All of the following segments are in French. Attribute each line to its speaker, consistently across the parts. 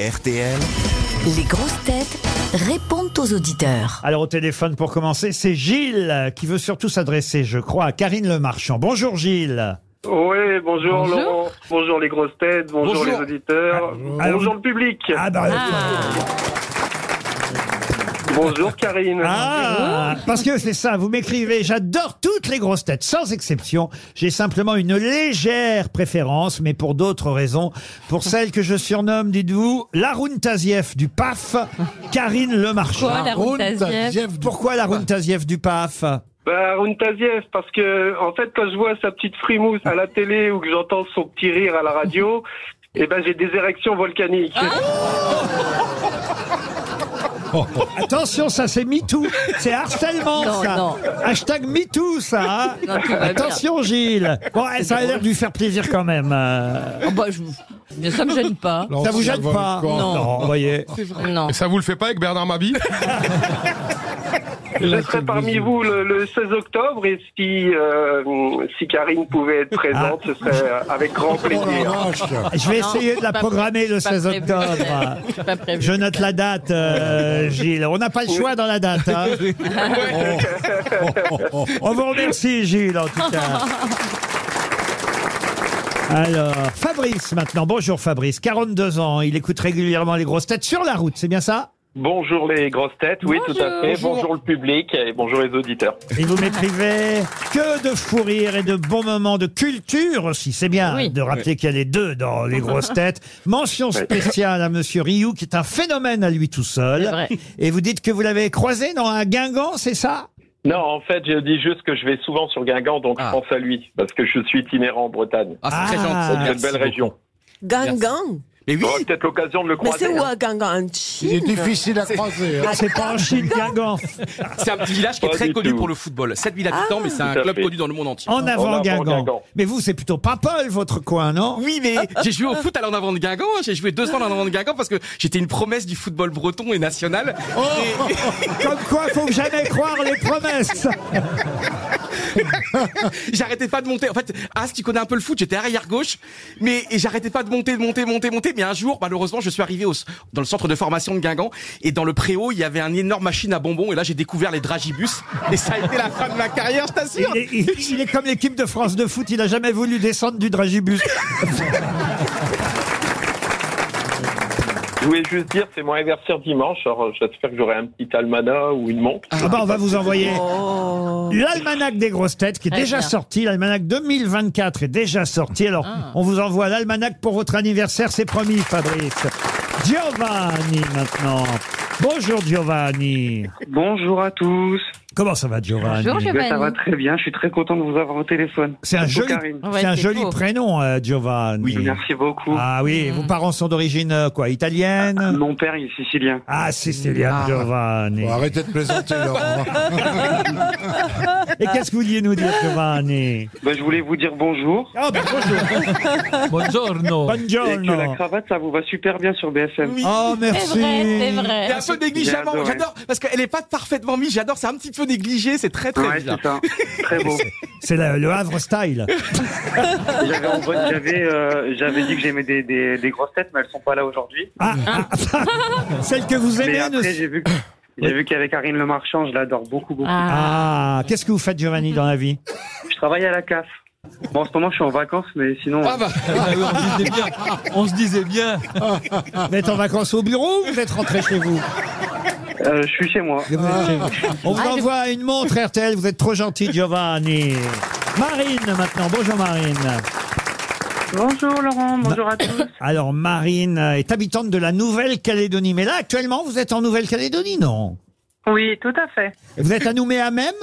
Speaker 1: RTL.
Speaker 2: Les grosses têtes répondent aux auditeurs.
Speaker 3: Alors au téléphone pour commencer, c'est Gilles euh, qui veut surtout s'adresser, je crois, à Karine Le Marchand. Bonjour Gilles.
Speaker 4: Oui, bonjour,
Speaker 5: Bonjour.
Speaker 4: Laurent, bonjour les grosses têtes, bonjour,
Speaker 3: Bonjour.
Speaker 4: les auditeurs,
Speaker 3: Ah,
Speaker 4: bonjour le public,
Speaker 3: Ah bah
Speaker 4: bonjour Karine.
Speaker 3: ah, parce que c'est ça, vous m'écrivez, j'adore toutes les grosses têtes sans exception. J'ai simplement une légère préférence mais pour d'autres raisons, pour celle que je surnomme, dites-vous, Laroun Tazieff du PAF, Karine Le Marchand.
Speaker 5: Quoi, la route d'Azief
Speaker 3: Pourquoi Laroun Tazieff du PAF
Speaker 4: Bah, Rountaziev, parce que en fait, quand je vois sa petite frimousse à la télé ou que j'entends son petit rire à la radio, eh ben j'ai des érections volcaniques.
Speaker 3: Ah. Attention, ça c'est MeToo. C'est harcèlement,
Speaker 5: Non,
Speaker 3: ça.
Speaker 5: non.
Speaker 3: Hashtag MeToo, ça. hein.
Speaker 5: Non, tout va bien.
Speaker 3: Attention, Gilles. Bon, eh, ça a l'air de lui faire plaisir quand même. euh.
Speaker 5: Oh, bah, je... mais Ça me gêne pas.
Speaker 3: ça vous gêne pas
Speaker 5: Non.
Speaker 3: vous voyez.
Speaker 5: Non.
Speaker 6: Et ça vous le fait pas avec Bernard Mabie
Speaker 4: je
Speaker 3: Ah,
Speaker 4: serai parmi vous le, le 16 octobre et si euh, si Karine pouvait être présente,
Speaker 3: Ah.
Speaker 4: ce serait euh, avec grand
Speaker 3: Oh
Speaker 4: plaisir.
Speaker 3: Je vais
Speaker 5: Non,
Speaker 3: essayer de la
Speaker 5: pas
Speaker 3: programmer le
Speaker 5: pas
Speaker 3: 16
Speaker 5: prévu.
Speaker 3: octobre.
Speaker 5: C'est pas prévu.
Speaker 3: Je note la date, euh, Gilles. On n'a pas le choix dans la date. hein. On vous remercie, Gilles, en tout cas. Alors, Fabrice maintenant. Bonjour Fabrice, 42 ans. Il écoute régulièrement les grosses têtes sur la route, c'est bien ça
Speaker 4: Bonjour les grosses têtes, oui tout à fait, bonjour le public et bonjour les auditeurs.
Speaker 3: Et vous m'écrivez que de fou rire et de bons moments de culture aussi. C'est bien
Speaker 5: Oui.
Speaker 3: de rappeler qu'il y a les deux dans les grosses têtes. Mention spéciale à Monsieur Rioux qui est un phénomène à lui tout
Speaker 5: C'est
Speaker 3: seul.
Speaker 5: vrai.
Speaker 3: Et vous dites que vous l'avez croisé dans un Guingamp, c'est ça
Speaker 4: Non, en fait, je dis juste que je vais souvent sur Guingamp, donc je pense à lui, parce que je suis itinérant en Bretagne.
Speaker 3: Ah, c'est très gentil.
Speaker 4: C'est une belle région.
Speaker 7: Gangan
Speaker 6: Mais oui
Speaker 4: J'aurai peut-être l'occasion de le
Speaker 7: Mais
Speaker 4: croiser. hein.
Speaker 7: c'est où à Gangan En Chine
Speaker 8: Il est difficile à croiser. hein.
Speaker 3: C'est pas en Chine, Guingamp.
Speaker 6: C'est un petit village qui est
Speaker 4: Pas
Speaker 6: très
Speaker 4: du
Speaker 6: connu
Speaker 4: tout. Ah.
Speaker 6: pour le football. 7000 habitants, mais c'est un
Speaker 4: Tout à
Speaker 6: club
Speaker 4: fait.
Speaker 6: connu dans le monde entier.
Speaker 3: En
Speaker 4: En
Speaker 3: avant
Speaker 4: avant,
Speaker 3: Guingamp.
Speaker 4: Guingamp.
Speaker 3: Mais vous, c'est plutôt pas Paul, votre coin, non
Speaker 6: Oui, mais j'ai joué au foot à l'en avant de Guingamp. hein. J'ai joué deux ans à l'en avant de Guingamp parce que j'étais une promesse du football breton et national. Et-
Speaker 3: Comme quoi, faut jamais croire les promesses.
Speaker 6: J'arrêtais pas de monter. En fait, As, tu connais un peu le foot, j'étais arrière gauche, mais et j'arrêtais pas de monter, de monter, de monter, de monter. Mais un jour, malheureusement, je suis arrivé au, dans le centre de formation de Guingamp et dans le préau, il y avait un énorme machine à bonbons et là, j'ai découvert les dragibus et ça a été la fin de ma carrière, je t'assure.
Speaker 3: Il est, il- il est comme l'équipe de France de foot, il a jamais voulu descendre du dragibus.
Speaker 4: Je voulais juste dire, c'est mon anniversaire dimanche, alors j'espère que j'aurai un petit almanach ou une montre.
Speaker 3: Ah bah, on va vous envoyer
Speaker 7: Oh
Speaker 3: L'almanach des grosses têtes qui est
Speaker 5: Très
Speaker 3: déjà
Speaker 5: bien.
Speaker 3: sorti, l'almanach 2024 est déjà sorti. Alors,
Speaker 5: Ah.
Speaker 3: on vous envoie l'almanach pour votre anniversaire, c'est promis, Fabrice. Giovanni maintenant. Bonjour Giovanni.
Speaker 9: Bonjour à tous.
Speaker 3: Comment ça va Giovanni
Speaker 5: Bonjour,
Speaker 9: Eh ben, ça va
Speaker 5: Giovanni.
Speaker 9: très bien. Je suis très content de vous avoir au téléphone.
Speaker 3: C'est un
Speaker 9: Bonjour,
Speaker 3: joli,
Speaker 9: Karine.
Speaker 3: c'est
Speaker 5: Ouais,
Speaker 3: un
Speaker 5: c'est
Speaker 3: joli
Speaker 5: beau. Mm.
Speaker 3: prénom, euh, Giovanni.
Speaker 9: Merci beaucoup. Ah,
Speaker 3: Ah oui, vos parents sont d'origine euh, quoi, italienne
Speaker 9: Mon père il est sicilien.
Speaker 3: Ah, sicilien Giovanni.
Speaker 8: Bon, arrêtez de plaisanter, Laurent.
Speaker 3: Et qu'est-ce que vous vouliez nous dire Giovanni
Speaker 9: Ben, je voulais vous dire bonjour.
Speaker 3: Ah bah, bonjour.
Speaker 10: Buongiorno.
Speaker 6: Oh
Speaker 9: Et que la
Speaker 3: Buongiorno.
Speaker 9: cravate, ça vous va super bien sur BFM.
Speaker 3: Oh,
Speaker 5: C'est
Speaker 3: merci.
Speaker 5: vrai, c'est
Speaker 6: Il est
Speaker 5: vrai.
Speaker 6: un peu négligé,
Speaker 9: J'ai
Speaker 6: avant,
Speaker 9: adoré.
Speaker 6: j'adore, parce qu'elle est pas parfaitement mise, j'adore, c'est un petit peu négligé, c'est très très
Speaker 9: Ouais,
Speaker 6: bizarre.
Speaker 9: c'est ça. Très beau.
Speaker 3: C'est la- le Havre style.
Speaker 9: J'avais envoyé- j'avais, euh, j'avais dit que j'aimais des, des, des grosses têtes, mais elles sont pas là aujourd'hui.
Speaker 3: Ah, ah, celle que vous
Speaker 9: Mais
Speaker 3: aimez ne-
Speaker 9: après, j'ai vu, que- j'ai vu qu'avec Karine Le Marchand, je l'adore beaucoup, beaucoup.
Speaker 5: Ah.
Speaker 3: Ah, qu'est-ce que vous faites, Giovanni, dans la vie
Speaker 9: Je travaille à la CAF. Bon, en ce moment, je suis en vacances, mais sinon,
Speaker 6: Ah bah,
Speaker 10: Ah oui, on se disait bien. On se disait bien.
Speaker 3: Vous êtes en vacances au bureau ou vous êtes rentré chez vous
Speaker 9: euh, je suis chez moi.
Speaker 3: Vous êtes chez vous. On vous
Speaker 5: Ah, je-
Speaker 3: envoie une montre, RTL, vous êtes trop gentil, Giovanni. Marine, maintenant. Bonjour, Marine.
Speaker 7: Bonjour Laurent, bonjour à tous.
Speaker 3: Alors, Marine est habitante de la Nouvelle-Calédonie. Mais là, actuellement, vous êtes en Nouvelle-Calédonie, non
Speaker 7: Oui, tout à fait.
Speaker 3: Vous êtes à Nouméa même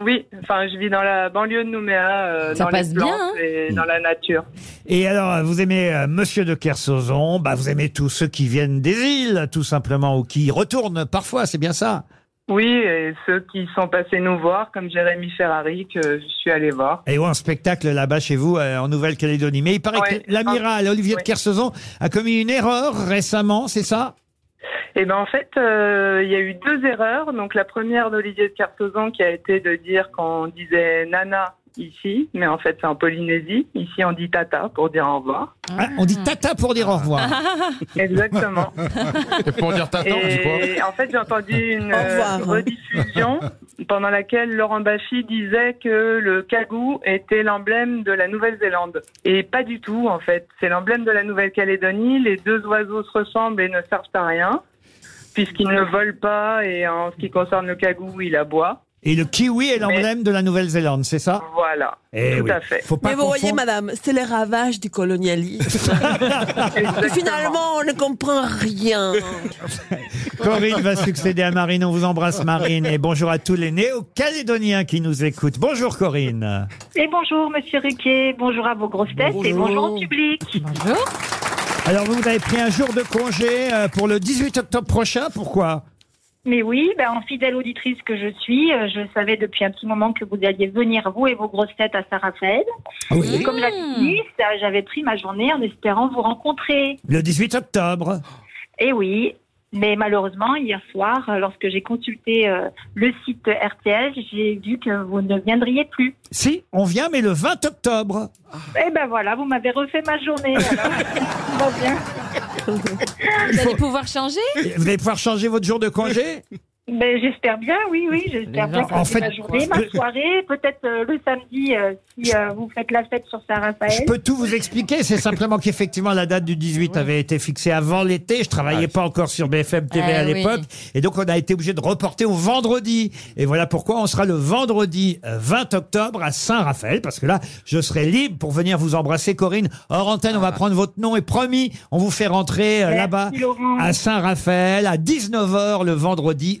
Speaker 7: Oui, enfin, je vis dans la banlieue de Nouméa, euh,
Speaker 5: Ça
Speaker 7: dans
Speaker 5: passe
Speaker 7: les
Speaker 5: bien,
Speaker 7: plantes
Speaker 5: hein
Speaker 7: et dans la nature.
Speaker 3: Et alors, vous aimez euh, Monsieur de Kersauzon, bah, vous aimez tous ceux qui viennent des îles, tout simplement, ou qui y retournent parfois, c'est bien ça
Speaker 7: Oui, et ceux qui sont passés nous voir, comme Jérémy Ferrari, que je suis allé voir.
Speaker 3: Et ou un spectacle là-bas chez vous, euh, en Nouvelle-Calédonie. Mais il paraît
Speaker 7: Ouais. Ah,
Speaker 3: que l'amiral Olivier de
Speaker 7: Ouais.
Speaker 3: Kersauzon a commis une erreur récemment, c'est ça
Speaker 7: Et ben en fait, euh, il y a eu deux erreurs. Donc la première d'Olivier de Cartozan qui a été de dire qu'on disait Nana ici, mais en fait c'est en Polynésie. Ici on dit tata pour dire au revoir.
Speaker 3: Ah, on dit tata pour dire au revoir.
Speaker 7: Exactement.
Speaker 3: Et pour dire tata, on dit quoi
Speaker 7: Et en fait j'ai entendu une euh, rediffusion pendant laquelle Laurent Baffy disait que le kagou était l'emblème de la Nouvelle-Zélande. Et pas du tout en fait. C'est l'emblème de la Nouvelle-Calédonie. Les deux oiseaux se ressemblent et ne servent à rien puisqu'ils ne volent pas et en ce qui concerne le kagou il aboie.
Speaker 3: Et le kiwi est l'emblème de la Nouvelle-Zélande, c'est ça
Speaker 7: Voilà.
Speaker 3: Eh
Speaker 7: tout
Speaker 3: oui.
Speaker 7: à fait.
Speaker 3: Faut pas
Speaker 1: Mais vous voyez,
Speaker 3: confondre-
Speaker 1: madame, c'est les ravages du colonialisme. Et finalement, on ne comprend rien.
Speaker 3: Corinne va succéder à Marine. On vous embrasse, Marine. Et bonjour à tous les néo-calédoniens qui nous écoutent. Bonjour, Corinne.
Speaker 11: Et bonjour Monsieur Ruquier, bonjour à vos grosses têtes et bonjour au public. Bonjour.
Speaker 3: Alors, vous, vous avez pris un jour de congé euh, pour le 18 octobre prochain. Pourquoi
Speaker 11: Mais oui, ben, en fidèle auditrice que je suis, euh, je savais depuis un petit moment que vous alliez venir, vous et vos grosses têtes, à Saint-Raphaël. Et Comme la dit, euh, j'avais pris ma journée en espérant vous rencontrer.
Speaker 3: Le 18 octobre.
Speaker 11: Et oui, mais malheureusement, hier soir, euh, lorsque j'ai consulté euh, le site RTL, j'ai vu que vous ne viendriez plus.
Speaker 3: Si, on vient, mais le 20 octobre.
Speaker 11: Et ben voilà, vous m'avez refait ma journée. alors. Bon, bien.
Speaker 5: Vous allez pouvoir changer
Speaker 3: Vous allez pouvoir changer votre jour de congé
Speaker 11: Ben, j'espère bien, oui, oui, j'espère
Speaker 3: Les
Speaker 11: bien
Speaker 3: gens,
Speaker 11: que
Speaker 3: en
Speaker 11: c'est ma
Speaker 3: fait,
Speaker 11: journée,
Speaker 3: je
Speaker 11: ma
Speaker 3: peux-
Speaker 11: soirée, peut-être euh, le samedi euh, si euh, vous faites la fête sur Saint-Raphaël.
Speaker 3: Je peux tout vous expliquer. C'est simplement qu'effectivement, la date du 18 avait été fixée avant l'été. Je travaillais pas encore sur BFM TV à
Speaker 11: Ah oui.
Speaker 3: l'époque. Et donc, on a été obligé de reporter au vendredi. Et voilà pourquoi on sera le vendredi euh, 20 octobre à Saint-Raphaël. Parce que là, je serai libre pour venir vous embrasser, Corinne. Hors antenne, on va prendre votre nom. Et promis, on vous fait rentrer euh,
Speaker 11: Ah. Merci,
Speaker 3: là-bas
Speaker 11: Laurent.
Speaker 3: à Saint-Raphaël à 19h le vendredi